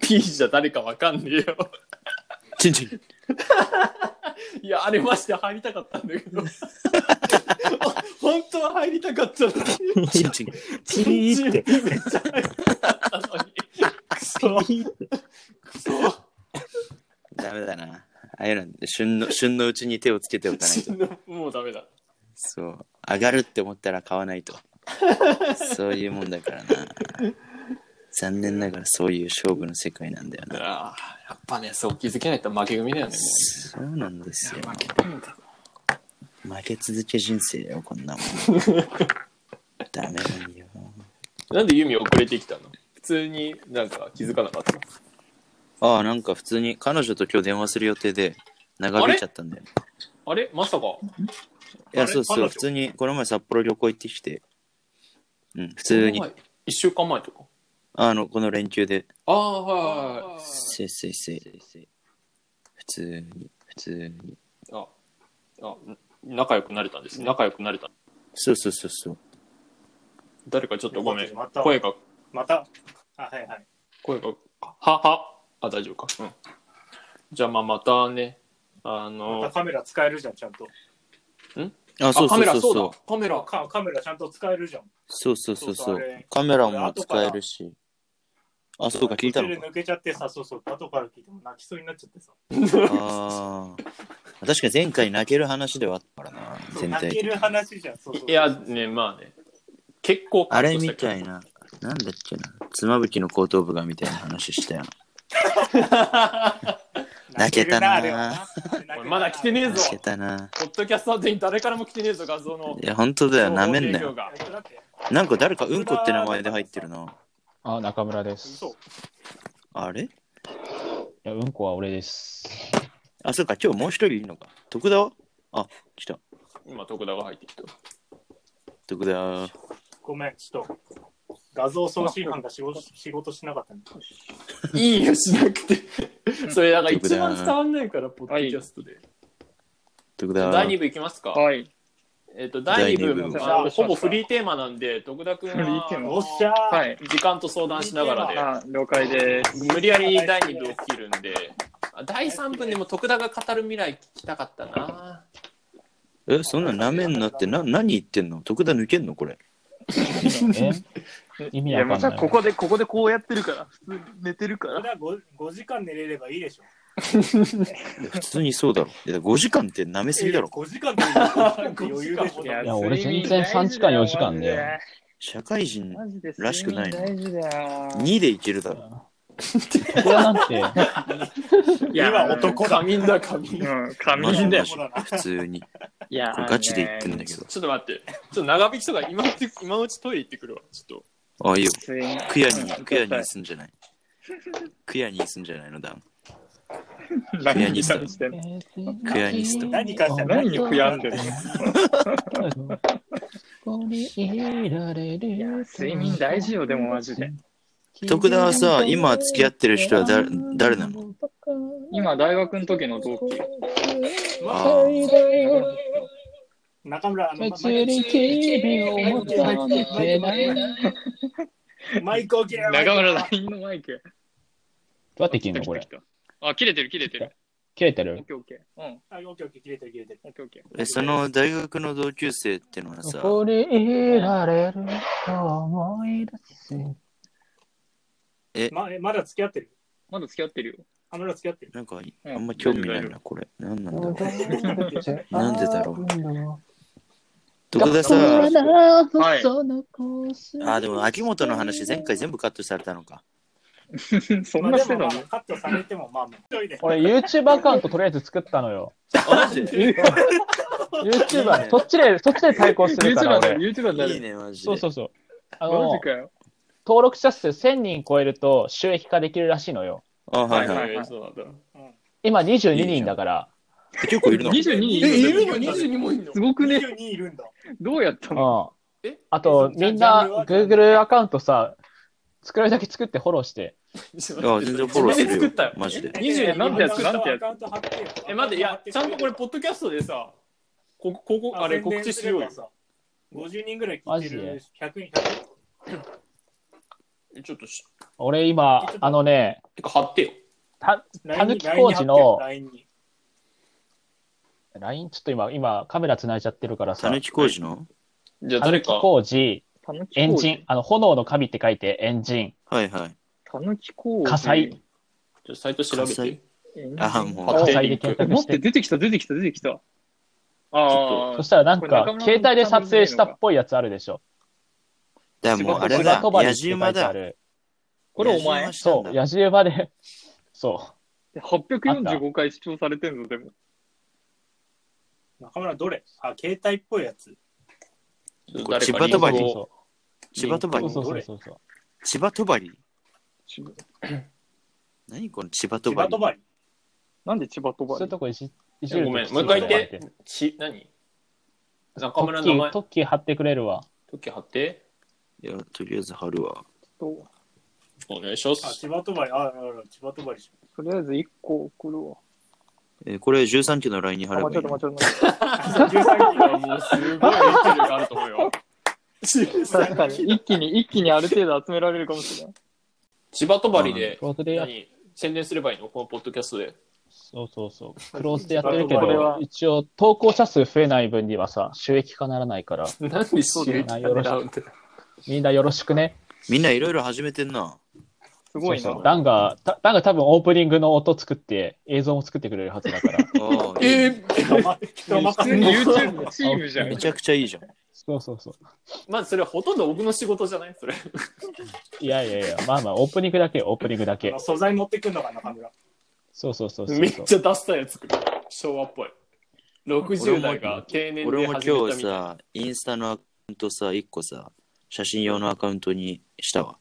P じゃ誰かわかんねえよ。チンチン。いや、あれまして入りたかったんだけ ど。本当は入りたかったのに。チンチン。チーって。めっちゃ入りたかったのに。くそ、くそ。ダメだな。ああいうのって旬の、旬のうちに手をつけておかないと。もうダメだ。そう。上がるって思ったら買わないと。そういうもんだからな。残念ながらそういう勝負の世界なんだよな。あーやっぱね、そう気づけないと負け組だよね、そうなんですもう。よいや。負けたんだ。負け続け人生よ、こんなもん。ダメだよ。なんでユミ遅れてきたの普通になんか気づかなかった。ああ、なんか普通に彼女と今日電話する予定で長引いちゃったんだよ。あれまさか。いや、あそうれそう、彼女普通にこの前札幌旅行行ってきて、うん、普通に、。一週間前とか。あの、この連休で、ああ、はいはいはい。せいせいせい、普通に、普通に。あ、あ、仲良くなれたんです。仲良くなれた。そうそうそうそう。誰かちょっとごめん。また声が、また、あ、はいはい。声が、は、は。あ、大丈夫か。うん。じゃあ、まあ、またね。あまたの、カメラ使えるじゃん、ちゃんと。あ、そうあカそうメラそうそそうう。だ。カメラ。カカメラちゃんと使えるじゃん。そうそうそうそそうそうあうれ。カメラも使えるし。あ、そうか、聞いたのか。途中で抜けちゃってさ、そうそう、後から聞いても泣きそうになっちゃってさ。ああ。 確かに前回泣ける話ではあったからな、そう全体泣的けにる話じゃん、そうそう。いや、ね、まあね。結構あれみたい。いな、なんだっけな、妻夫木の後頭部がみたいな話したよな。泣けたな泣けるなあれはなおいまだ来てねえぞ泣けたな。ポッドキャスト宛てに誰からも来てねえぞ、画像の。いや、本当だよ、なめんな情報よ。提供がだってなんか誰かうんこって名前で入ってるな。あ、中村です。い嘘あれや、うんこは俺です。あ、そうか、今日もう一人いるのか。徳田はあ、来た。今、徳田が入ってきた。徳田。ごめん、ちょっと。画像送信班が仕事仕事しなかったんで。いいよ、しなくて。それ、なんか一番伝わんないから、ポッドキャストで。徳じゃあ田。第2部いきますか。はい。えっ、と、第2第二部、部あのほぼフリーテーマなんで、徳田君フリーテーマおっはしゃー、はい。時間と相談しながらあ、了解です。で、無理やり第2部を切るんで、あ第3部でも徳田が語る未来聞きたかったな。え、そんななめんなって、な、何言ってんの徳田抜けんのこれ。え意い味や、わかまんなさかい。ここで、ここでこうやってるから、普通に寝てるかこれら。は 5, 時間寝れればいいでしょ。いや普通にそうだろ。いや、5時間ってなめすぎだろ。 5時間って余裕でしょ。いや俺全然3時間4時間だよ。社会人マジでらしくない睡眠大事だよ。 2でいけるだろ。ここはなん て、いや今男だ。仮眠だ、仮眠。うん、髪マジだマよ。ジ普通に。いやこれガチで言ってんだけど。ちょっと待って、ちょっと長引きとか今のうち、今のうちトイレ行ってくるわ、ちょっと。あ、いいよ。普通に。クヤに、クヤにすんじゃない。クヤにすんじゃないのだ。ラヤニストしてんのクヤにすと。 何かした何に悔やんでるのここにいられるいや、睡眠大事よ、でもマジで。徳田はさ、今付き合ってる人は誰誰なの今、大学の時の同期。あー中村、あの、マイクを切れ中村 LINE のマイク。どうやって切るのこ来れ。た来たあ、切れてる、切れてる。切れてオッるケーオッケー。うん、あ、オッケーオッケー、切れてる切れてる。オッケーオッケー。え、その大学の同級生ってのはさ、にいられると思い出す。まえまだ付き合ってる。まだ付き合ってるよ。 あ、まだ付き合ってる。なんかあんま興味ないな、これ。 なんなんだろう。ななんでだろう徳田さ、はいあ、でも秋元の話前回全部カットされたのか。そんまあなでしてもたまのあカットされても、まあまあ、一人で。俺 YouTube アカウントとりあえず作ったのよ。マジで YouTuber、そっちで、そっちで対抗するか ?YouTuber ら。だよ、俺 YouTuber だいいよ。ね、マジで。そうそうそう。あマのジ、かよ。登録者数1000人超えると収益化できるらしいのよ。あ、はいはい。はいはいそうなんだ。今22人だから。結構いるの22人いえ、いるるのの ?22 もいるのすごくね。 22いるんだ。どうやったうんの。えあと、えみんなジャンルは Google アカウントさ、作れるだけ作ってフォローして。あ、全然フォローす自分でる作よったよ。。マジで。 22なんてやつなんてやつアカウント貼ってよ え、待って、いや、ちゃんとこれ、ポッドキャストでさ、ここ、ここあれ告知しようよ。。宣伝すればさ50人ぐらい聞いてる。100人、100人。えちょっとし、俺今、あのね、てか貼ってよ。た、たぬき工事の LINE ちょっと今、今カメラ繋いじゃってるからたさ、ぬき工事のじゃあたぬ誰きか。工事、たぬきエン工ジン事。、あの、炎の神って書いて、エンジン。はいはい。たぬき工事。火災。ちょっとサイト調べ火災て。エンジンああ、あも火はい災で検索待しって、て。出てきた、出てきた、出てきた。あそあし、たらなんこれ中か村、さん携帯で撮影したっぽいやつあるでしょ。う、だからもうあれ裏だ、帳張り野って書次い馬てあだ。る。これお前野。次馬したんそだう、野獣馬で、 そ845回視聴されてんぞ、でも。中村どれあ、携帯っぽいやちつ。ょっと誰千か葉リンとクばう。りをそ千葉とばうりそうそうそうそう。千葉とばり千葉何この千葉と千ば葉りとばり。なんで千葉とばそういうりとこいじ、いじえるごとめきん、もう一回言っちてょと。ち、何中こう村やっのて名前トッキー、ト、ッキー貼ってくれるわ。トッキー貼って。いや、とりあえず貼るわ。と、お願いしまあ、す。千葉とばり。あ、あら千葉とばり。 とりあえず1個送るわ。えーこれ13期の LINE に貼あ、れ間ば違いえいた、の間違えた。いやもうすごい影響力あると思うよ。確かに、一気に、一気にある程度集められるかもしれない。千葉とばりで、クローズでや、何宣伝すればいいのこのポッドキャストで。そうそうそう。クローズでやってるけこれどは、一応投稿者数増えない分にはさ、収益化ならないから、なんで収益化狙うんだよみんなよろしくね。みんないろいろ始めてんな。すごいな。そうそうダンが、ダダンが多分オープニングの音作って、映像も作ってくれるはずだから。ああ、えー、人任普せ通にに YouTube のチームじゃん め。ちゃくちゃいいじゃん。そうそうそう。まあそれほとんど僕の仕事じゃないそれ。いやいやいや、まあまあ、オープニングだけ、オープニングだけ。素材持ってくんのか、中村。そうそうそうそめうっそう。ちゃダサいやつ作る。昭和っぽい。60代が定年俺でも始めたみ今た日いな。さ、インスタのアカウントさ、1個さ、写真用のアカウントにしたわ。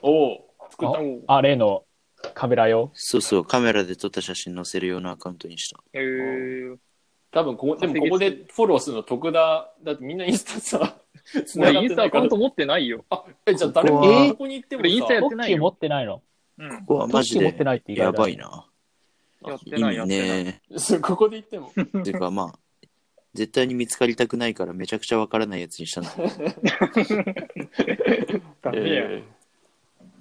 おう作ったあ。あ、例のカメラ用。そうそう、カメラで撮った写真載せる用のアカウントにした。えー、多分ここ、でもここでフォローするの徳田、だってみんなインスタさ、繋が俺っインてスタないアかカウらン。ト持ってないよ。あ、え、じゃあ誰もここはここに行ってもさ俺インスタやトってッないキー持よ。ってないの。うん。うわ、トッマキジー持ってで。ないって意外だやねばいな。やって意ない、や味ってない。ね。そうここで行っても。ていうかまあ、絶対に見つかりたくないからめちゃくちゃわからないやつにしたんだ。ダメや。え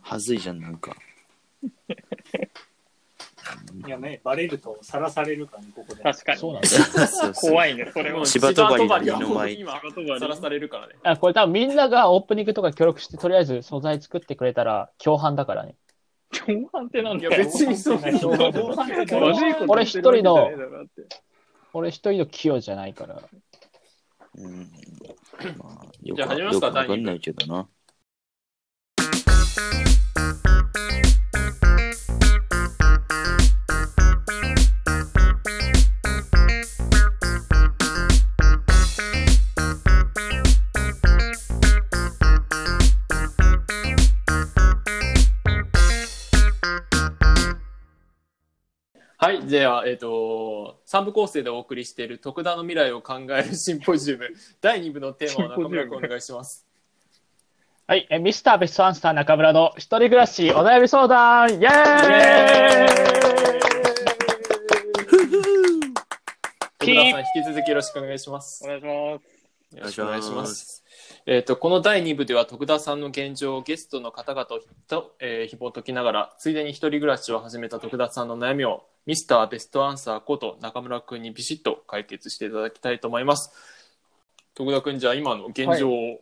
はずいじゃん、なんか。いやね、バレるとさらされるからね、ここで。確かに。そうなんだ。そうそう怖いね、それーは。千葉とばりの二の舞千葉千とばりは本葉と当に今、ばりさらされるからね。あこれ多分みんながオープニングとか協力して、とりあえず素材作ってくれたら、共犯だからね。共犯ってなんいだや、よ。別にそう。悪いこと俺一人のしてるわけじゃねえだろだって俺一人の器用じゃないから。うん。まあ、よくじゃあわ始めますよくかわかんないけどな。はい、じゃあ、えっ、と、三部構成でお送りしている徳田の未来を考えるシンポジウム、第二部のテーマを中村君お願いします。はい、えミスターベストアンサー中村の一人暮らしお悩み相談イエーイ徳田さん、引き続きよろしくお願いしますお。願いします。よろしくお願いしお願ま。いしますえっ、と、この第2部では徳田さんの現状をゲストの方々と、えー、ひも解きながら、ついでに一人暮らしを始めた徳田さんの悩みを、ミスターベストアンサーこと中村くんにビシッと解決していただきたいと思います。徳田くん、じゃあ今の現状を、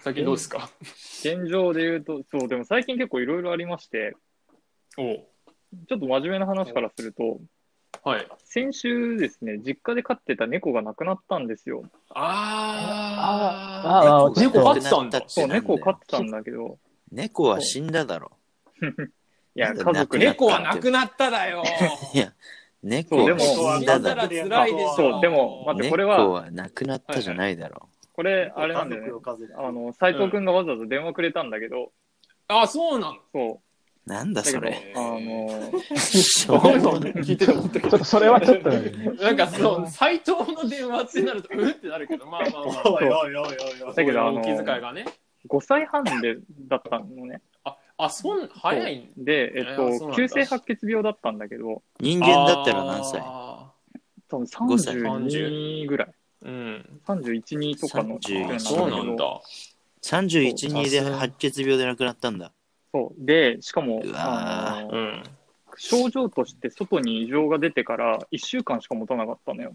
最近どうですか、現状で言うと、そう、でも最近結構いろいろありまして、ちょっと真面目な話からすると、おはい。先週ですね、実家で飼ってた猫が亡くなったんですよ。あーあああ猫が飼ってたんだ亡くなっそう、てなんだ猫よを飼ってたんだけど、猫は死んだだろ。いなや、んで家族なね。猫は亡くなっただよいや、猫はそうでも死死んんだだだらろ。辛いでしょ。そうでも待ってこれは猫は亡くなったじゃないだろ。これ、あれなんだよね家。族を数えてあの、斎藤くんがわざわざ電話くれたんだけど、あ、そうなのそなんだう。だけそど、あれ。の、聞いてて思ったけどちょっとそれはちょっと、なんか そう、斎藤の電話ってなると、うんってなるけど、まあまあまあ。おいおいおいおいお だい。けどあおの気遣いがね。 5歳半で、だったのね。あ、あ、そん、早いんで、えっあそうなんと、だ急性白血病だったんだけど、人間だったら何歳あ多分5歳32ぐらい。ーうん。 31、2とかの。 31そうなんだ。 31そう人で白血病で亡くなったんだ。そう。で、しかも、うわーあのうん。症状として外に異常が出てから1週間しか持たなかったのよ。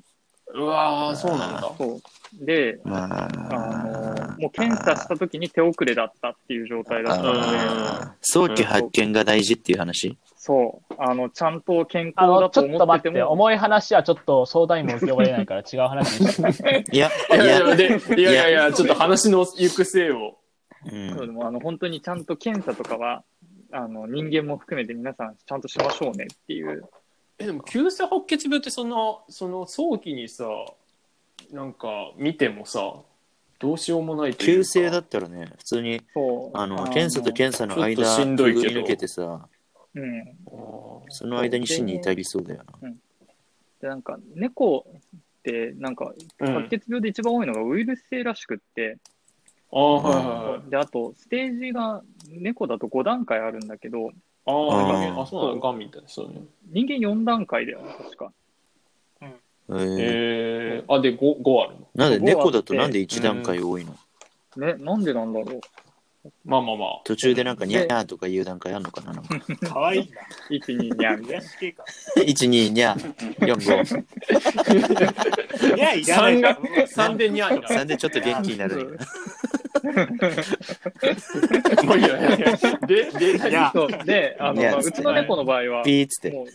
うわー、そうなんだ。そう。で、まあのあ、もう検査した時に手遅れだったっていう状態だったので、あー早期発見が大事っていう話そう。あの、ちゃんと健あ康の、だちとょっと思っ待てってて、も、重い話はちょっと相談にも受け終われないから違う話にして いや、いいやいや、や、で、いやいやいや、ちょっと話の行く末を。うんそうでもあの本当にちゃんと検査とかは、あの人間も含めて皆さんちゃんとしましょうねっていう。え、でも、急性白血病ってその、その、早期にさ、なんか、見てもさ、どうしようもないという急か性だったらね、普通に、そう。あの、検査と検査のちょっ間、としんどいけどくぐり抜けてさ、うん。あーその間に死に至りそうだよな。で、なんか、猫って、なんか、うん白血病で一番多いのがウイルス性らしくって、あー、はいはいはい。で、あと、ステージが猫だと5段階あるんだけど、あー、うんガンあ、そうなんだ、ガンみたいな、そうね。人間4段階だよね、確か。えーえー、あ、で、5、五あるの。なんで猫だとなんで1段階多いのね、なんでなんだろう。まあまあまあ。途中でなんかニャーとかいう段階あんのかな なんかかわいい1、2、な。 3癒し系か。 ?1、2、ニャー、4、いや、いらないから。 3でニ ャーにな5。3る。でちょっと元気になる。もういいよいやいやで、で、いや、そう。で、あの、ねまあうちの猫の場合は、ピーっつって。もう、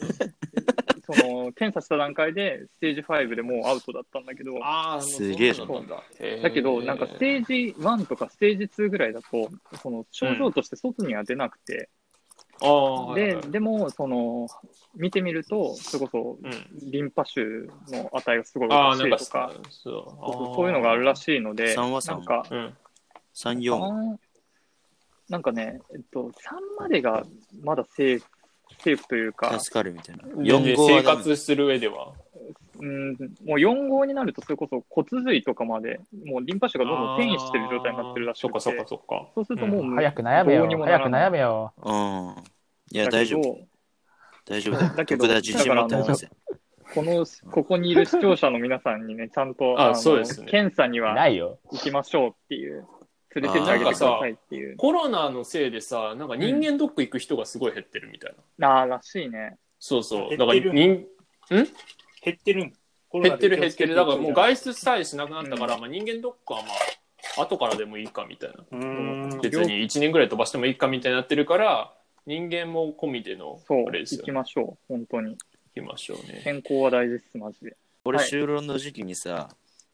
その、検査した段階で、ステージ5でもうアウトだったんだけど、ああ、すげえそうなんだ。だけど、なんかステージ1とかステージ2ぐらいだと、その症状として外には出なくて、ああ、はいはいで、でも、その、見てみると、それこうそ、ん。リンパ臭の値がすごいおあかあ、しなんいかとか、そうそうそうそういうのがあるらい。しいので、 3はなんか、うん。 3、4。 3なんかね、えっと、3までがまだセーフ、セーフというか、助かるみたいな。で4、5生はダメ活する上では。うん、もう4号になると、それこそ骨髄とかまで、もうリンパ腫がどんどん転移してる状態になってるらしくそっかてそっ、かそっか。そうするともう、早く悩めどようにも。なら早ないく悩めよ。うん。いだや、けど大丈夫。大丈夫だよ。だけど徳田自信持って話せ。この、ここにいる視聴者の皆さんにね、ちゃんと、あのそうですね検査にはないよ。行きましょうっていう、連れてってあげてくださいっていう。コロナのせいでさ、なんか人間ドック行く人がすごい減ってるみたいな。ああ、らしいね。そうそう。だか減っらてる人、減ってるんだ減ってる減ってる。だからもうイ外出さえしなくなったから、まあ人間ドックはまあ、後からでもいいかみたいな。うーん。別に1年ぐらい飛ばしてもいいかみたいになってるから、人間も込みでの、そう、あれです行よきね。ましょう、本当に。行きましょうね。健康は大事です、マジで。俺、はい就労の時期にさ、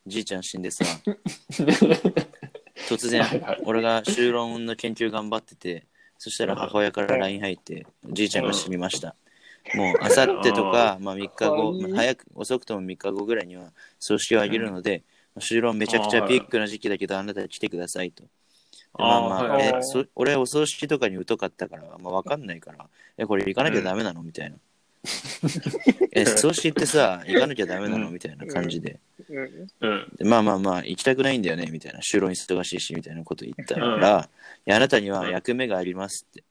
じいちゃん死んでさ、突然はいはい、俺が就労の研究頑張ってて、そしたら母親から LINE 入って、じいちゃんが死にました。もう、あさってとか、まあ3日後、まあ早く、遅くとも3日後ぐらいには、葬式を挙げるので、就労めちゃくちあーゃはいビッグな時期だけど、あなた来てくださいと。でまああーまあ、はいはえいそ俺はお葬式とかに疎かったから、まあ、わかんないから、え、これ行かなきゃダメなのみたいな。え、葬式ってさ、行かなきゃダメなのみたいな感じで。うんうん。でまあまあまあ、行きたくないんだよね、みたいな。就労に忙しいし、みたいなこと言ったら、いやあなたには役目がありますって。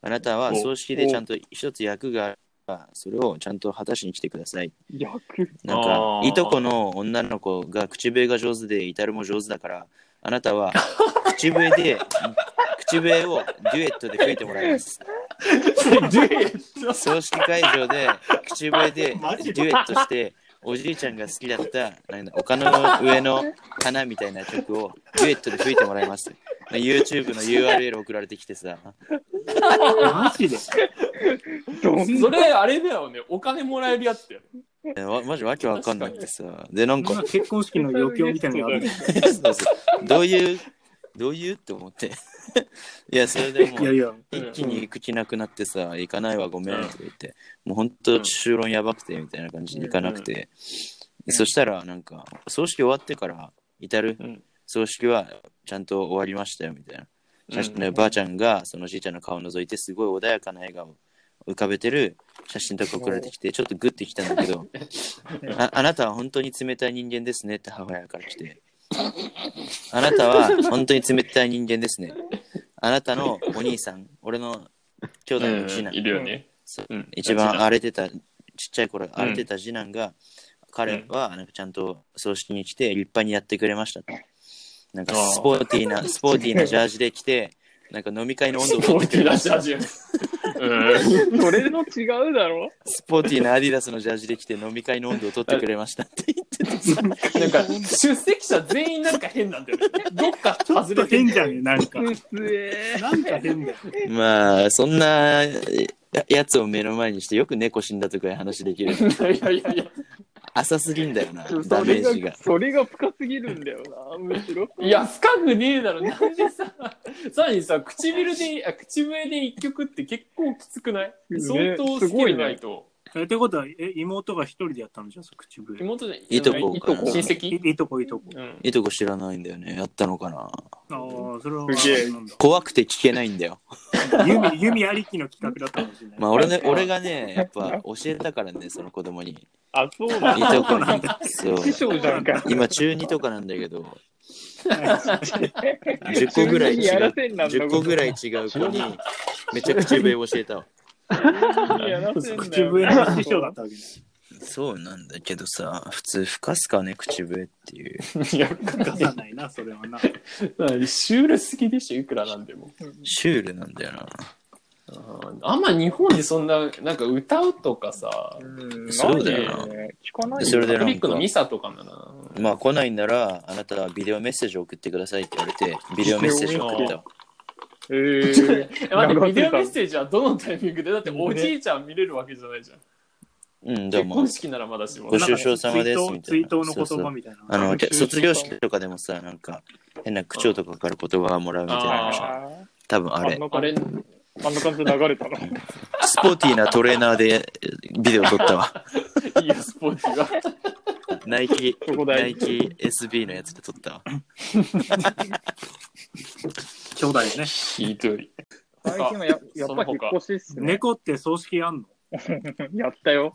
あなたは葬式でちゃんと一つ役があるから、それをちゃんと果たしに来てください。逆なんあか、ーいとこの女の子が口笛が上手で、イタルも上手だから、あなたは口笛で、口笛をデュエットで吹いてもらいます。葬式会場で口笛でデマジでュエットして、おじいちゃんが好きだった、なんだ、丘の上の花みたいな曲をデュエットで吹いてもらいます。YouTube の URL 送られてきてさ、マジで。どんそれ、あれだよね。お金もらえるやつだよ。えわマジわけわかんなくてさ、で、なんか、結婚式の余興みたいなのがあ る。そうそうどういう、どういうって思って。 いや、それでもいやういや、一気に行く気なくなってさ、行かないわ、ごめんとか言って、もう本当、就論やばくて、みたいな感じで行かなくて、うんそしたら、なんか、葬式終わってから、至る、うん葬式はちゃんと終わりましたよ、みたいな。写真うでばあちゃんが、そのじいちゃんの顔を覗いて、すごい穏やかな笑顔を浮かべてる写真とか送られてきて、ちょっとグッてきたんだけど、ああなたは本当に冷たい人間ですねって母親から来て、あなたは本当に冷たい人間ですね。あなたのお兄さん、俺の兄弟の次うん、男、いるよね。そううん一番荒れてた、ちっちゃい頃荒れてた次男が、彼はなんかちゃんと葬式に来て立派にやってくれましたと。なんかあースポーティーな、スポーティーなジャージで来て、なんか飲み会の温 ス度ポをー取ってティーくれなるジャージ。うんそれの違うだろスポーティーなアディダスのジャージで来て飲み会の温度を取ってくれましたって言ってた。なんか、出席者全員なんか変なんだよね。どっかちょっ外とれて変んじゃねなんか。うっすえなんか変だよ。 まあ、そんなえややつを目の前にしてよく猫死んだとかいう話でき る。いやいやいや。浅すぎんだよな、ダ そメれージがが、。それが深すぎるんだよな、むしろ。いや、深くねえだろ。なんでさ、さらにさ、唇で、あ口笛で一曲って結構きつくない、ね相当スキルないと。え、ってことは、え、妹が一人でやったのじゃん、その口笛。妹じゃないいとこか親な戚いいとこ、いいとこ。うん。いとこ知らないんだよね。やったのかな。ああ、それは、すげえなんだ怖くて聞けないんだよ。弓、弓ありきの企画だったかもしれない。まあ、俺ね、俺がね、やっぱ教えたからね、その子供に。いあ、そうなんだ。とこに。そう。師匠じゃんか。今、中2とかなんだけ ど、10 10個ぐらい違やらう、せんなんだ10個ぐらい違う子に、めちゃくちゃ上教えたわ。やらせんなよ口笛の師匠だったわけね。そうなんだけどさ、普通吹かすかね、口笛っていう。いや、出さないな、それはな。シュールすぎでしょ、いくらなんでも。シュールなんだよな。あんま日本でそんな、なんか歌うとかさ、うんそうだよなマジでね聞かないよそれでカトなんかリックのミサとかもな。まあ来ないなら、あなたはビデオメッセージを送ってくださいって言われて、ビデオメッセージを送ったわ。えーえ、待って、流せビデオたメッセージはどのタイミングでだっておじいちゃん見れるわけじゃないじゃん。うん、で結も婚、式ならまだしも。ご愁傷様ですみたい追な悼のそう言そ葉うみたいな。あの、卒業式とかでもさ、なんか、変な口調とかから言葉をもらうみたいなのじゃん。あ多分あれ、のあれ、あんな感じで流れたの。スポーティーなトレーナーでビデオ撮ったわ。いいよ、スポーティーは。 ナイキ、そこナ 大イキ SB のやつで撮ったわ。兄弟ね。ひどい。最近はややっぱ引っ越しっすね。猫って葬式あんの やったよ。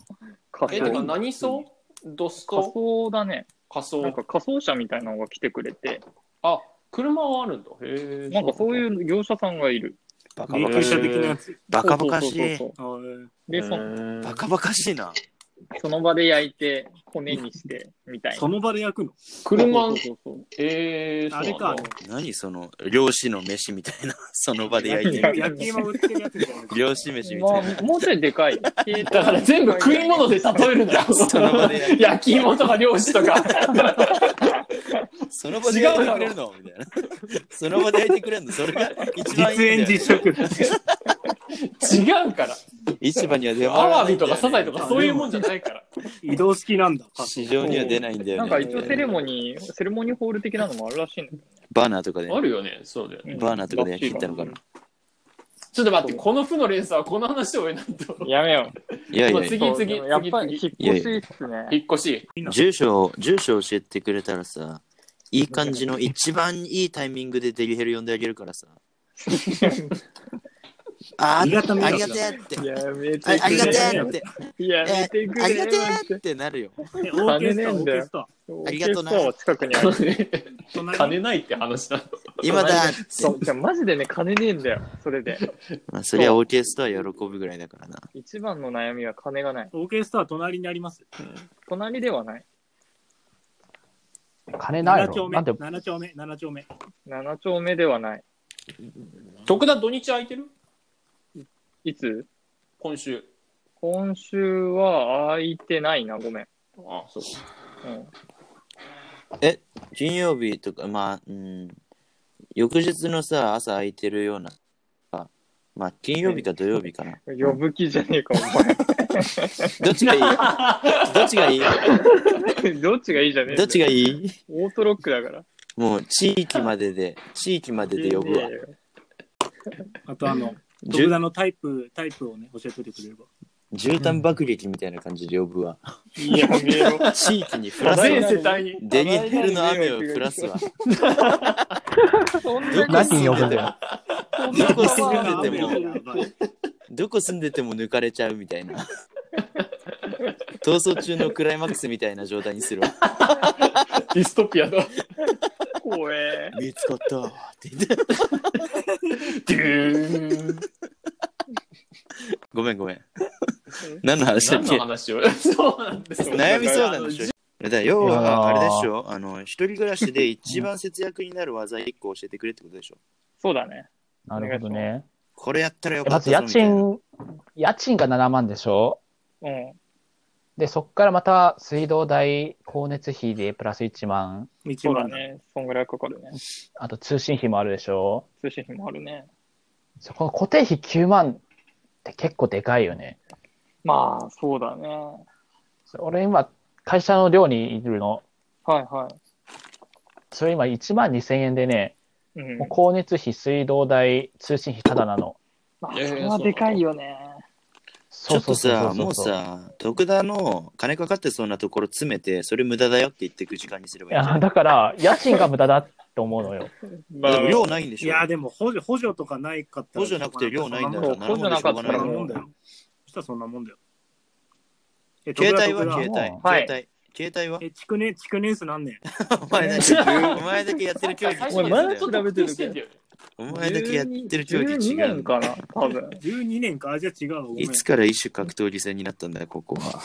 仮え、だから装。何層ドス仮コ装だね。仮なん装か仮装車みたいなのが来てくれて、あ、車はあるんだ。へえ。なんかそうう。いう業者さんがいる。バカ霊バえカ柩し車い。的なやつ。バカバカしそうそういそ。うそあーうで、そバカバカしいな。その場で焼いて、骨にして、みたいな。その場で焼くの車そう、そうそうえー、あれか、何その、漁師の飯みたいな、その場で焼いてる。焼き芋売ってるやつじゃない漁師飯みまたいな。あ、もうちょいで かい。だから全部食い物で例えるんだ よ。その場で焼いて焼き芋とか漁師とか。その場で焼いてくれるのみたいな。その場で焼いてくれるのそれが一番いい実ん演だよ、実食。違うから。市場には出回アらワないビんだとよ、ね。かサザエとかそういうもんじゃないから。移動式なんだ。市場には出ないんだよ、ね。なんか一応セレモニー、セレモニーホール的なのもあるらしいんだけバーナーとかであ。るよね、そうだよね。どねバーナーとかで焼き切ったのかな。ちょっと待って、この負の連鎖はこの話を終えないと。やめよう。いやいもうや次、そうでもやっぱり次引っ越しっすね。引っ越し。住所、住所教えてくれたらさ、いい感じの一番いいタイミングでデリヘル呼んであげるからさ。ああありりががとたみうあがあるりがとうって。やめてあありがとくうって。れ。やめてくれ。ありがとうってなるよ。えオーケストラ、オーケストラ。ありがとうなお客さんは近くにある。隣金ないって話なの。今だそう、じゃあマジでね、金ねえんだよ。それで。まあ、そりゃオーケストラ喜ぶぐらいだからな。一番の悩みは金がない。オーケストラ隣にあります。隣ではない。金な7いの丁目、なんで、 7丁目、7丁目。 7丁目ではない。 徳田土日空いてるいつ今週。今週は空いてないな、ごめん。あそう。うん、金曜日とか、まあ、うん、翌日のさ、朝空いてるような、あまあ、金曜日か土曜日かな。呼ぶ気じゃねえか、おどっちが いいどっちがいい 前。どっちがいいじゃねえどっちがいいいいオートロックだから。もう地域までで、地域までで呼ぶわいい。ねあとあの、じゅ徳田のタイプ、タイプをね、教えておいてくれれば。絨毯爆撃みたいな感じで呼ぶわ。いや、めえよ。地域に降らす全 わ。世帯に。デリヘルの雨を降らすわ。そんなどこ何住呼ぶんんでだてもよ、どこ住んでても、やばいどこ住んでても抜かれちゃうみたいな。逃走中のクライマックスみたいな状態にするわ。ディストピアだ。怖え。見つかったって言って。デューン。ごめんごめん。何の話だっ何のけ話を。そうなんですよ。 悩み相談でしょだから要いやーは、あれでしょあの、一人暮らしで一番節約になる技1個教えてくれってことでしょそうだね。なるほどね。これやったらよえかまっずたぞ家みたいな。賃、家賃が7万でしょうん。で、そこからまた水道代、光熱費でプラス1万、そ道うだは。ね。そんぐらいかかるね。あと通信費もあるでしょ通信費もあるね。そこの固定費9万って結構でかいよね。まあ、そうだね。俺今、会社の寮にいるの。はいはそれ今1万2千円でね、い。うんもう。光熱費、水道代、通信費ただなの。まあ、いやいそやれはでかいよね。ちそょうっそとうそうさ、そもううそうさ、徳田の金かかってそうなところ詰めて、それ無駄だよって言っていく時間にすればいいいんじゃや、ないだから、家賃が無駄だって思うのよ。までも量ないんでしょいや、でも補助、補助とかないかったら補助なくて量ないんだそかうら、補助なかったそんらなもうもんだよ。そしたらそんなもんだよ。え携帯は徳田携徳帯も。うはい携帯。携帯は田え、築年、築年数何年お前だけ、お前だけやってる競技最違初うんにだずっよと特定してんだよね。お前だけやってる競技12違うん年だよかな、多分。 ?12 年か、あじゃあ違うわ。ごめんいつから一種格闘技戦になったんだよ、ここ は。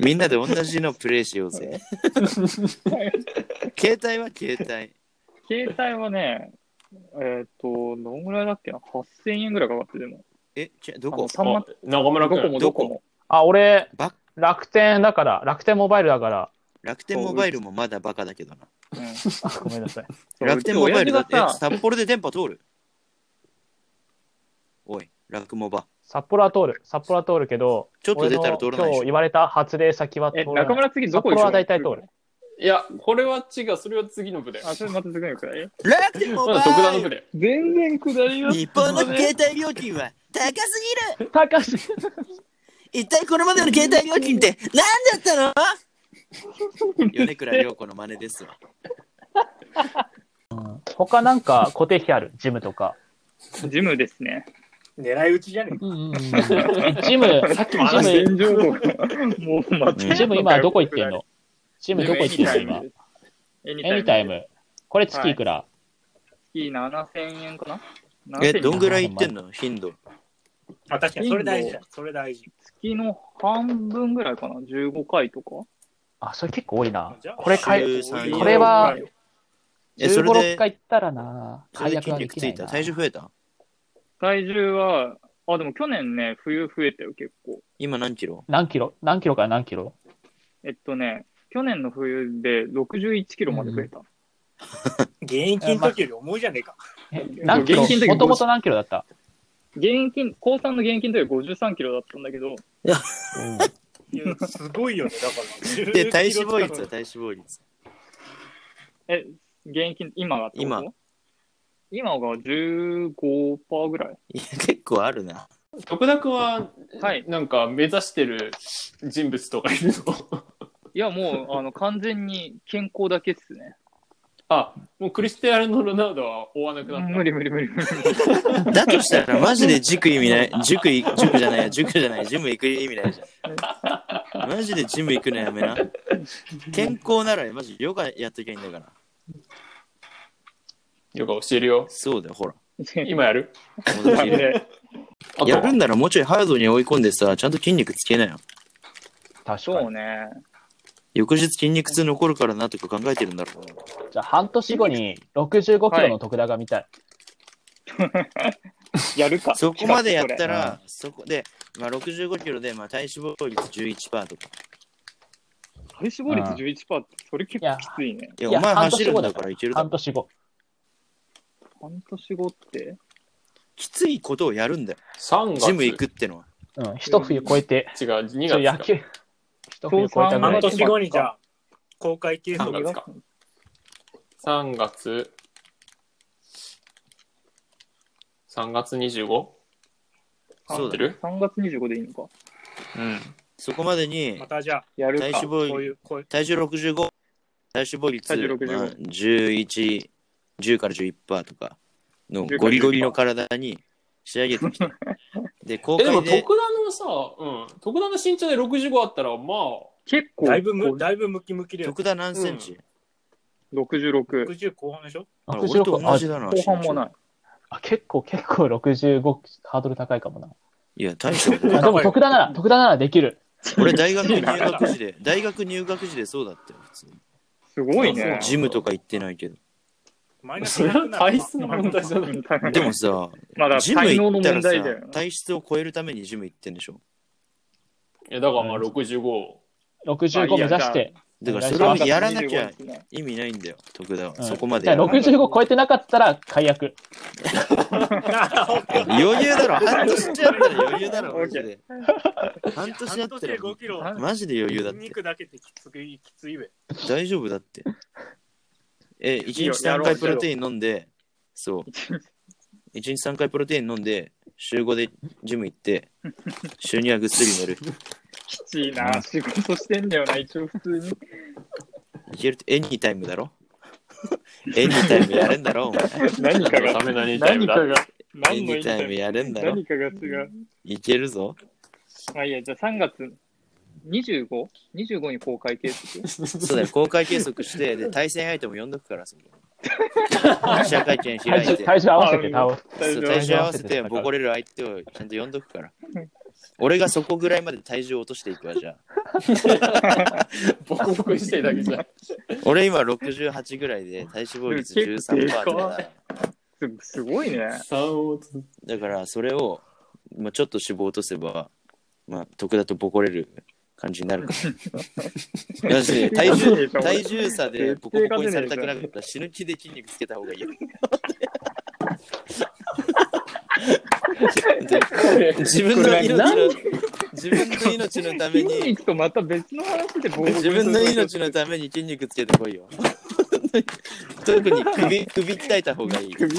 みんなで同じのプレイしようぜ。携帯は携帯。携帯はね、えっ、と、どんぐらいだっけな ?8000 円ぐらいかかってでも。え、ちょどあこの三万あ中村ドコ君モ、どドこコモ。あ、俺、ば楽天だから、楽天モバイルだから、楽天モバイルもまだバカだけどな。うんあごめんなさい。そう楽天モバイルだって、うち親え父がさ札幌で電波通るおい、楽モバ。札幌は通る。札幌は通るけど、ちょっと出たら通らないで俺のし今日ょ。言われた発令先は通え、らない。中村次ど札こ行く幌のは大体通る。いや、これは違う。それは次の部だよ。あ、それまたすぐにくらい楽天モまバだ徳田の部イルだよ。全然くだりは日本の携帯料金は高すぎる高橋一体これまでの携帯料金って何だったの米倉涼子の真似ですわ。他なんか固定費あるジムとか。ジムですね。狙い撃ちじゃねえか。ジム、さっきもジム、現状とか、もう待って。ジム今どこ行ってんのジジムどこ行ってんの今。エニエニタイム。ム。これ月いくら月7000円かなえ、 7000円どんぐらいいってんの頻度。あ、確かに、それ大事だ。それ大事。月の半分ぐらいかな ?15 回とかあ、それ結構多いなじゃ。あこれ買い、 13これはえ、そ15、れ6で、回行ったらな、それ解で約筋はで肉きついなたいな。体重増えた体重は、あ、でも去年ね、冬増えたよ、結構。今何キロ何キロ何キロから何キロえっとね、去年の冬で61キロまで増えた。現役の時より重いじゃねえか。え何キロ現金的にもともと何キロだった現金、高3の現金の時は53キロだったんだけど、いやすごいよね、だか ら。で、体脂肪率は体脂肪率。え、現金、今がってこと今。今が15%ぐらい。いや、結構あるな。徳田君は、はいなんか目指してる人物とかいるのいや、もう、あの、完全に健康だけっすね。 あ、もうクリスティアーノ・ロナウドは追わなくなった。無理無理無理無理。だとしたら、マジで塾意味ない、塾い、塾じゃないや、塾じゃない、ジム行く意味ないじゃん。マジでジム行くのやめな。健康なら、マジヨガやっときゃいいんだから。よく教えるよ。そうだよ、ほら。今やる戻ダしメだよあ やるんとならもうちょいハードに追い込んでさ、ちゃんと筋肉つけなよ。確かそうに。ね。翌日筋肉痛残るからなとか考えてるんだろうな。じゃあ半年後に65キロの徳田が見たい。やるか。そこまでやったれら、そこで、まあ、65キロで、まあ、体脂肪率11%とか。体脂肪率11%って、それ結構きついね。いや、いやお前半年走るん後だだからいけるだ半ろ。年後。半年後ってきついことをやるんだよ。 3月。ジム行くってのは。うん、一冬超えて。違う、2ちょ月野か。球。一冬超えたぐら半い。年後にじゃあ、公開計3測月か。3月。3月 25? そうだ合ってる ?3 月25でいいのか。うん。そこまでにま、たじゃあ、やる体脂か。こう肪い率、う、こういう、体重65、体脂肪率、体重65まあ、11、10から11%とかの10ゴリゴリの体に仕上げてきて。で、公え、で開もで徳、田のさ、うん。徳田の身長で65あったら、ま あ、結構、だいぶむ、だいぶムキムキで、徳田何センチ、 66。 60後半でしょあれ俺と同じだな。。後半もないい。あ結構、結構65、ハードル高いかもな。 いや、大将、あでも、徳田なら、徳田ならできる。俺大学入学時 で、大学入学時でそうだったよ、普通に。すごいあね。ジムとか行ってないけど。マイナスそれは体質の問題じゃない。いでもさ、まあだからジム行った才能の問らさ題だよ、体質を超えるためにジム行ってんでしょ。いや、だからまあ65。 65目指して。だからお願いそしれまをすやらなきゃ意味ないんだよ、徳田は。うんそこまでじやゃらあなきゃ。 65超えてなかったら解約。余裕だ ろ、半年ちゃったら余裕だろ、オマッジケーで。半年や半っ年たらで、5キロ、マジで余裕だって。肉だけできつい、きついべ。大丈夫だって。え、1日いいよや3ろう回プロテイン飲んで、そう。1日3回プロテイン飲んで、週5でジム行って、 週2はぐっすり寝る。きついな。仕事してんだよな、一応普通に。いけるって、エニタイムだろ エニタイムやるんだろお前何かがダ、メな2タイム何だか。が、エ何の意ニ味タだイムよやるんだろ何かが違う。いけるぞ。まあいいや、じゃあ3月 25?25 25に公開計測そうだよ、公開計測 して、で、対戦相手も呼んどくから、そこ記者会見開体い重て。体重合わせて倒す。そう体大重丈合わせてボコれる相手をちゃんと呼んどく から。俺がそこぐらいまで体重を落としていくわ、じゃあ。ボコボコにしてるだけじゃん。俺今68ぐらいで体脂肪率13%だから、夫すすごいね。 3をつだからそれを、まあ、ちょっと脂肪落とせば、まあ、徳田とボコれる感じになる から。マジで体重体重差でボコボコにされたくなかったら死ぬ気で筋肉つけた方がい いよ。自分の命の自分の命のため筋に肉とまた別の話でボコボコにす自る分の命のために筋肉つけてこいよ。 特に首、首鍛えた方がいい。首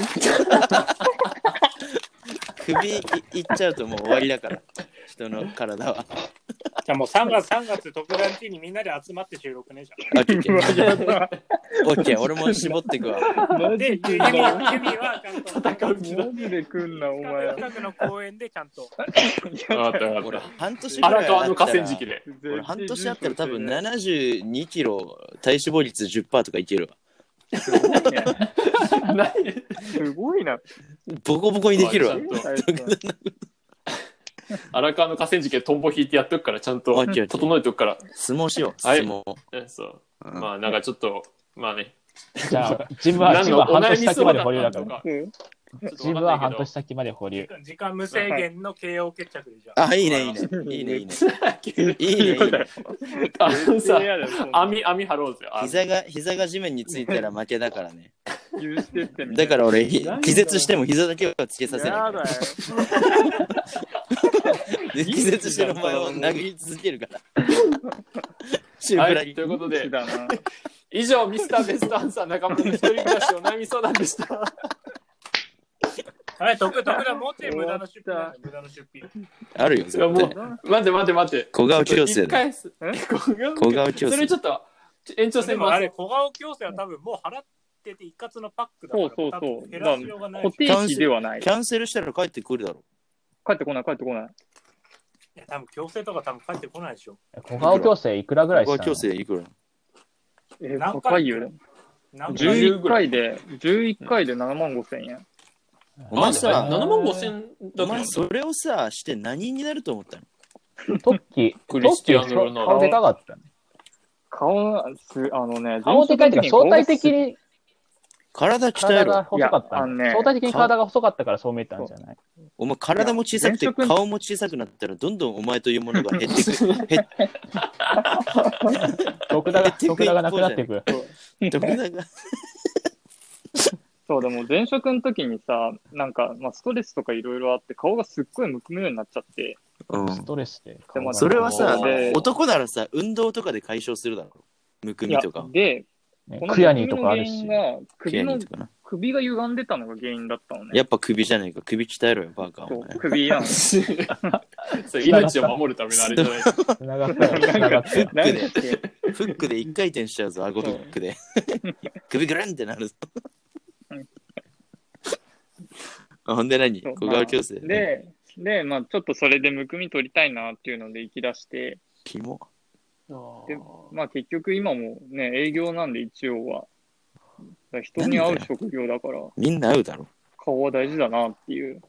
いっちゃうともう終わりだから、人の体は。じゃあもう3月、3月、特段日にみんなで集まって収録ねじオッケーオッケうー、わやだオッケー俺も絞ってくわ。ゃん。で、ユミユミ はちゃんと、戦う マジで来んな、お前。近くの公園でちゃんと。わかったわ俺かっ、半年た。ぐら荒い川だのっ河た川敷ら、で。俺半年あったら多分72キロ、体脂肪率10%とかいけるわ。すごい ね。すごいな。ボコボコにできるわちゃ。んと大丈荒川の河川敷でトンボ引いてやっとくから、ちゃんとオッケーオッケー整えとくから。相撲しよう、は相い撲。えそう。うんまあなんかちょっと、まあね。じゃあ、ジムは、何ジムのはお半悩年み先相まで保談留なだのから。か。夫ちょっとジわかムはんない半けど年先まで保留。時間無制限の KO 決着でじゃん。あ、いいね、いいね。いいね、いいね。いいね、いいね。あのさ、嫌だよそんな網、網張ろうぜ。網膝が、膝が地面についたら負けだからね。許してってみただいから俺、ひなんだ気絶しても膝だけはつけさせなな。やいだよ。で。気絶してるお前を殴り続けるから。シューはプラい、にということで無視、だな。以上、ミスターベストアンサー中村の一人暮らしお悩み相談でした。あれ、特特段持って無駄な出費なんだよ。無駄な出費。あるよ、いや絶もう対。、待って待って待って。小顔矯正一だよ。回す。え小小顔矯それち正。ょっと、延長で戦ももああれ、る。小顔矯正は多分もう払ってて一括のパックだから、そうそうそう多分減らしようがない固し。定費ではない。キ帰ャンセルしたら帰ってくるだろ。ってこない、帰ってこない。いや多分強制とか多分返ってこないでしょ。小顔矯正いくらぐらい小し顔矯たの正いくらえ何回高いよ。なんか10 11回で、11回で7万5千円。お前7さ、万5千だおから前それをさ、して何になると思ったのトッキー、クリスティアーノロナウド顔でかかったね。顔が、すあのね、顔でかいっていうか、相対的に体鍛え体がろ。細かったいやあんのだ。ね相対的に体が細かったからそう見えたんじゃないお前体も小さくいてや前職顔も小さくなったらどんどんお前というものが減ってくる。減っ徳田が、テクニック徳田がなくなっていく。てくる。そう、でも前職の時にさ、なんか、まあ、ストレスとかいろいろあって、顔がすっごいむくむようになっちゃって、うんストレスで。でもそれはさで、男ならさ、運動とかで解消するだろう。むくいみやとか。、で、ねこのクヤニーとかあむるくみし。のケ原アニー因がと首の、かな。首が歪んでたのが原因だったのね。やっぱ首じゃないか。首鍛えろよ、バカ。そおう前、首やん。そう命を守るためのあれじゃない。繋 がった よ、繋がったよ。なんだっけフックで一回転しちゃうぞ、顎フック で。首グランってなるぞうん。あ ほんで何そう小顔矯正。まあ、で、で、まあ、ちょっとそれでむくみ取りたいなっていうので行き出して、キモ。でまあ結局今もね、営業なんで一応は、だから人に会う職業だから、みんな合うだろ。顔は大事だなっていう。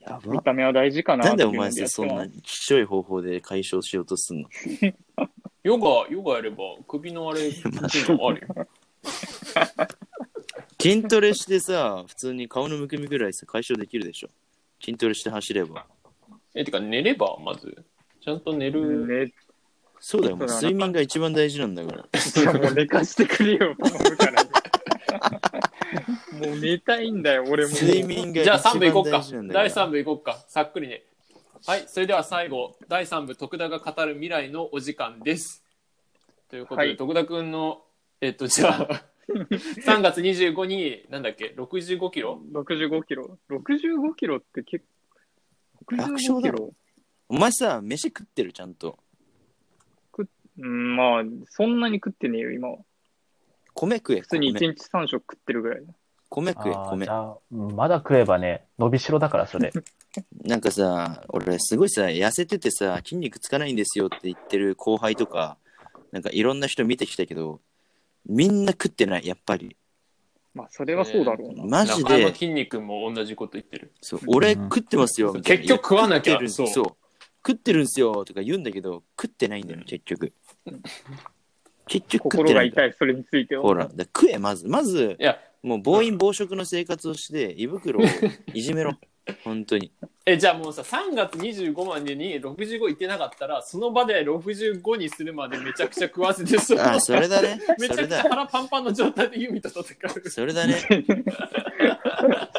やば見。た目は大事かななんでっおていうの前さ、やってそますんな、きしょい方法で解消しようとすんの。 ヨガ、ヨガやれば首のあれ、筋肉あるよ。筋トレしてさ、普通に顔のむくみぐらいさ、解消できるでしょ。筋トレして走れば。 え、てか寝れば、まず。ちゃんと寝る。ね、そうだよ、もうそうだな睡眠が一番大事なんだから。いやもう寝かしてくれ よ、頼むから。もう寝たいんだよ、俺も。睡眠が一じゃあ3番部いこう大か事なん。だから。第3部いこうか。さっくりね。はい、それでは最後、第3部、徳田が語る未来のお時間です。ということで、はい徳田くんの、えっと、じゃ あ、3月25に、なんだっけ、65キロ65キロ。65キロって結構、楽勝65だキろロお前さ、飯食ってる、ちゃんと。うん、まあ、そんなに食ってねえよ、今は。米食え、普通に米1日3食食ってるぐらいだ。米食え、あー米じ。ゃあうんまだ食えばね、伸びしろだから、それ。なんかさ、俺すごいさ、痩せててさ、筋肉つかないんですよって言ってる後輩とか、なんかいろんな人見てきたけど、みんな食ってない、やっぱり。まあ、それはそうだろうな。マジ中山で、筋肉も同じこと言ってる。そう俺うん食ってますよ、みたい結局食わなき食っゃて。るそそうう。食ってるんすよとか言うんだけど、食ってないんだよ、結局。結局食っ心てながいんだ痛よ。い、それについては。ほら、だから食え、まず。まず、いや、もう暴飲暴食の生活をして、胃 袋をいじめろ。本当に。え、じゃあもうさ、3月25までに65行ってなかったら、その場で65にするまでめちゃくちゃ食わせて、そのあ、それだね。めそちゃくれちゃだ。腹パンパンの状態でユミと戦う。それだね。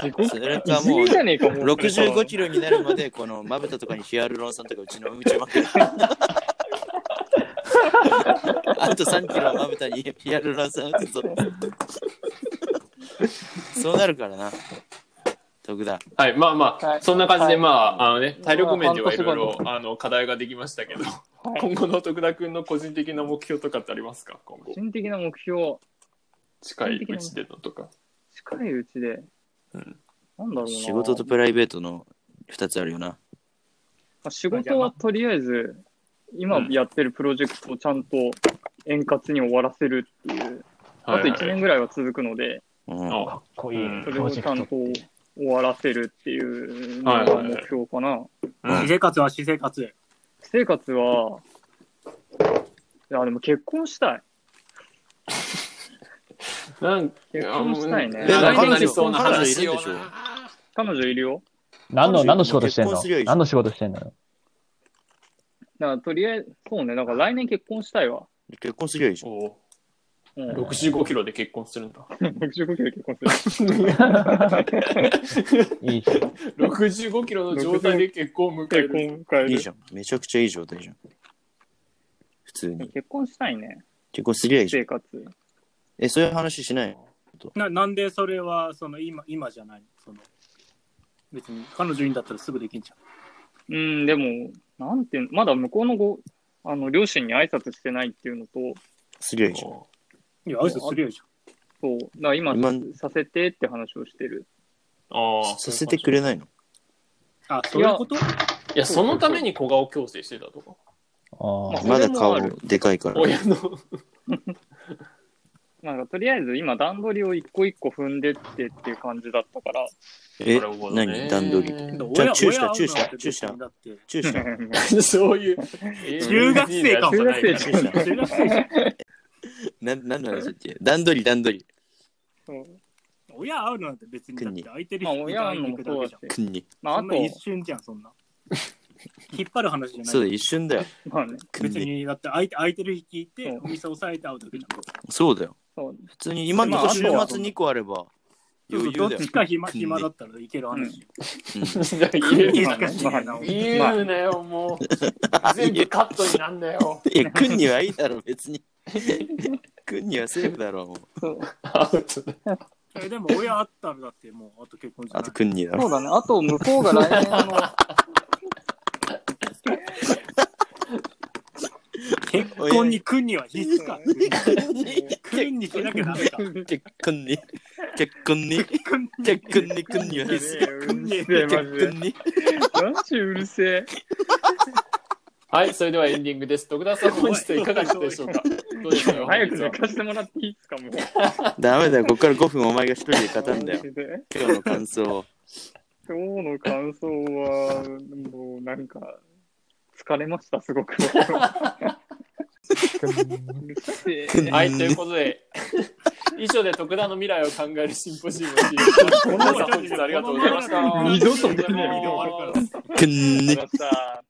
地獄それかいじもうめじゃねえか、もう。 65キロになるまで、このまぶたとかにヒアルロン酸とかうちの うちまくる。あと3キロはまぶたにヒアルロン酸打つぞ。そうなるからな。徳田。はい、まあまあ、はいそんな感じで、はいまあ、あのね、体力面でまはあいろいろ半、あの、課題ができましたけど、今後の徳田君の個人的な目標とかってありますか今後個。人的な目標、近いうちでのとか。近いうちで。うんなんだろうな。仕事とプライベートの2つあるよな。まあ、仕事はとりあえず、今やってるプロジェクトをちゃんと円滑に終わらせるっていう、あと1年ぐらいは続くので、うん、あかっこいいうんプそれロをちジゃェクトんっとていう。終わらせるっていうのが目標かな。私生活は私生活。私生活は、いや、でも結婚したい。なんか、結婚したいあねもう。や長彼く女なりそうな話を彼女いるでしな。彼女いるよ。何の、何の仕事してん結婚のすりゃいいじゃん何の仕事してんのだからとりあえず、そうね、だから来年結婚したいわ。結婚すりゃいいじゃん。おううん、 65キロで結婚するんだ。 65キロで結婚する。いいじゃん。 65キロの状態で結婚を迎え結る。婚迎えいいるじ。ゃん。めちゃくちゃいい状態じゃん。普通に。結婚したいね、結婚すりゃいいじゃん。生活。え、そういう話しないななんでそれはその今今じゃないその別に彼女いいんだったらすぐできんじゃん。うん、でも、なんていうの、まだ向こうのご、あの、両親に挨拶してないっていうのと、すりゃいいじゃん。いや、挨拶するよじそう、だから今今させてって話をしてる。ああ。させてくれないのゃん。あ、そういうこといや、そのために小顔矯正してたと か。まあまだそ顔れもあるでかいから。親の。なんか、とりあえず今段取りを一個一個踏んでってっていう感じだったから。え、なるほどね何段取り。じゃあ親注射親会う注射なんて注射別にだって注射。 そういう。中学生かも中学生中中学 学中学生じゃんな、なんの話だっけ段取り段取り。そう親会うのなんて別にだって相手で まあ、引いて親会いのにも行くそだうだけじゃしん。。くんに。まあ、あそんなと、一瞬じゃん、そんな。 引っ張る話じゃない。そうだ、一瞬だよ。まあね、くん別に。にだって相手相手で引いてう、んお店押さえて会うだけじゃん。そうだよ。そう、普通に今のとこ週末まああと2個あれば、そ余うそう裕どっだよち。か暇暇だったらいける話。生いいしかしないな。言うなよ、もう。全部カットになんだ よ。いや、くんにはいいだろ、別に。 くんにはセーフだろ、もう。そうえでも親あったらだってもうあと結婚じゃあなとい。くんにだそ ろ。うだね。あと、向こうが来年の、結婚に君には必須か。君にしなきゃダメか。結婚に。結婚に。君結婚にくんには必須。うるせえ、結マジで婚。に。マジうるせえ。はい、それではエンディングです。徳田さん、本日はいかがでしたでしょうかどうでしたか早く寝かしてもらっていいですか、もう。ダメだよ、こっから5分お前が一人で語るんだよマ。ジで今日の感想を。今日の感想なんか、疲れました、す ごく。うるせえはい、ということで、以上で徳田の未来を考えるシンポジウムを 聞いてこの本日はありがとうございました。二度とありがとうござい二度まとした。くんねありがとうございました